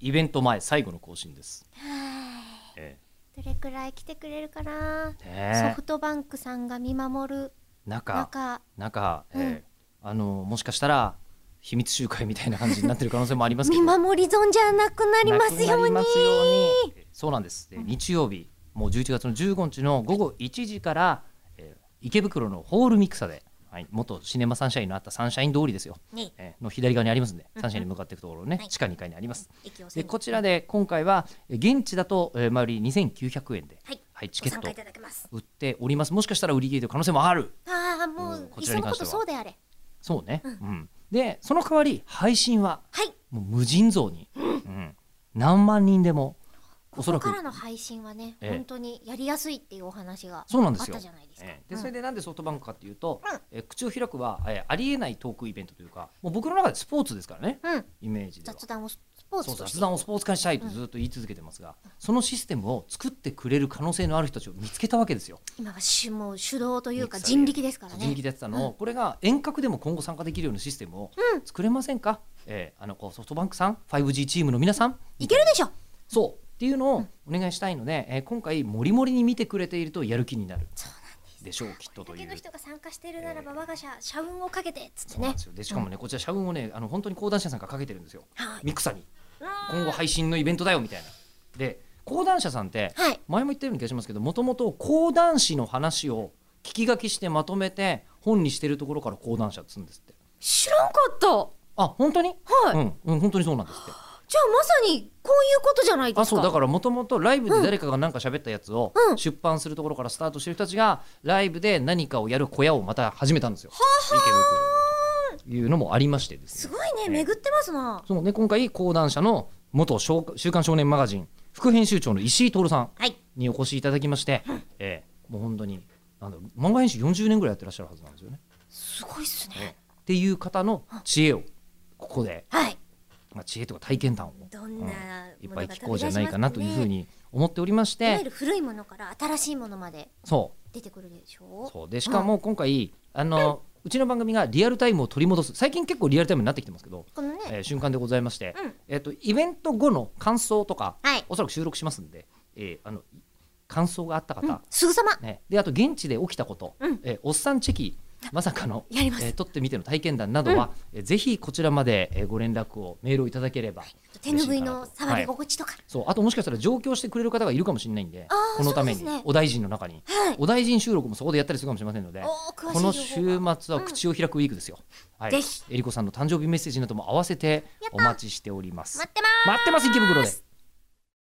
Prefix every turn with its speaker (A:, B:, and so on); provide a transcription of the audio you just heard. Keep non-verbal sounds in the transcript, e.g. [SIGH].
A: イベント前最後の更新です、
B: は
A: え
B: いどれくらい来てくれるかな、
A: えねえ
B: ソフトバンクさんが見守る
A: 中
B: 中
A: 中、え
B: う
A: えあのもしかしたら秘密集会みたいな感じになってる可能性もありますけ
B: 見 [LAUGHS]
A: ど
B: 守り損じゃなくなりますように
A: なくなりますようにそうなんです、で日曜日もう11月の15日の午後1時から、えー池袋のホールミクサで、はい、元シネマサンシャインのあったサンシャイン通りですよ、
B: ね
A: えーの左側にありますんで
B: ん
A: サンシャインに向かっていくところね、
B: はい
A: 地下2階にあります
B: 駅を
A: で
B: 先
A: こ
B: に
A: ちらで今回はえー現地だと、えー、前より2900円で、
B: はい
A: はい、チ
B: ご
A: ケッ
B: 参
A: ト
B: 加いただけます
A: 売っておりますもしかしたら売り切れてる可能性もある
B: ああも
A: うん
B: う
A: こ
B: いっ
A: ちら
B: そ
A: に
B: の
A: 関
B: こ
A: して
B: と
A: は
B: そうであれ
A: そうね、う
B: うんん
A: でその代わり配信は
B: はい
A: もう無尽蔵に、うん、何万人でもお
B: こ
A: そ
B: こ
A: らく
B: からの配信はね、
A: ええ
B: 本当にやりやすいっていうお話が
A: そうなんですよ
B: あったじゃないですか、
A: ええで
B: うん
A: それでなんでソフトバンクかっていうと、
B: うん
A: えー口を開くは、えーありえないトークイベントというかもう僕の中でスポーツですからね
B: うん
A: イメージでは
B: 雑談をスポー
A: そう
B: ツとして
A: 雑談をスポーツ化したいとずっと言い続けてますが、そのシステムを作ってくれる可能性のある人たちを見つけたわけですよ。
B: 今はしもう手動というか
A: ミキサーで
B: 人力ですから
A: 人力
B: ね
A: でやってたのを、これが遠隔でも今後参加できるようなシステムを
B: うん
A: 作れませんか、えーあのこうソフトバンクさん 5G チームの皆さん
B: いけるでしょ
A: そうっていうのをお願いしたいので、えー今回もりもりに見てくれているとやる気になる
B: そうなんです
A: でしょうきっとと
B: だ
A: い
B: けの
A: う。
B: 人が参加してるならば、
A: ええ
B: 我が社社運をかけてっつっ
A: そう
B: て
A: なん
B: ね
A: ですよでしかもね、こちら社運をねあの本当に講談社さんがかけてるんですよ
B: はい
A: ミクサに
B: うん
A: 今後配信のイベントだよみたいな。で講談社さんって
B: はい
A: 前も言ったような気がしますけどもともと講談師の話を聞き書きしてまとめて本にしてるところから講談社っつうんですって
B: 知らんかったは
A: あ本当に、
B: い、
A: うん、うん、本当にそうなんですって
B: じゃあまさにこういうことじゃないですか
A: あそうだ
B: か
A: からもともとライブで誰かが何か喋ったやつを
B: うん
A: 出版するところからスタートしてる人たちがライブで何かをやる小屋をまた始めたんですよ。池袋でというのもありましてですすね
B: ごいね巡ってますな
A: そうね今回講談社の元少週刊少年マガジン副編集長の石井徹さん
B: はい
A: にお越しいただきまして、ええもう本当になんだろう漫画編集40年ぐらいやってらっしゃるはずなんですよね。
B: すごいっすね
A: っていう方の知恵をここで、
B: はい
A: まあ、知恵とか体験談を
B: どんな、
A: いっぱい聞こうじゃないかなというふうに思っておりまし
B: いわゆ
A: て
B: る古いものから新しいものまで
A: そう
B: 出てくるでしょ
A: そうでしかも今回、あのうちの番組がリアルタイムを取り戻す最近結構リアルタイムになってきてますけど、
B: このね、
A: えー瞬間でございまして、
B: うん
A: えっとイベント後の感想とか、
B: はい
A: おそらく収録しますんで、えーあの感想があった方、
B: うん、すぐさま
A: ね、であと現地で起きたこと、
B: うん
A: えーおっさんチェキまさか
B: [LAUGHS]
A: の、え
B: やります
A: ー撮ってみての体験談などは、えーぜひこちらまでえーご連絡をメールをいただければ、
B: 手ぬぐいの触り
A: はい
B: 心地とか、
A: そうあともしかしたら上京してくれる方がいるかもしれないんで
B: あー
A: このために、
B: そうですね
A: お大臣の中に
B: はい、
A: お大臣収録もそこでやったりするかもしれませんので
B: おー詳しい情報が
A: この週末は口を開くウィークですよ、はい、
B: ぜひ
A: えりこさんの誕生日メッセージなども合わせて
B: やった
A: お待ちしております
B: 待ってます
A: 待ってます池袋で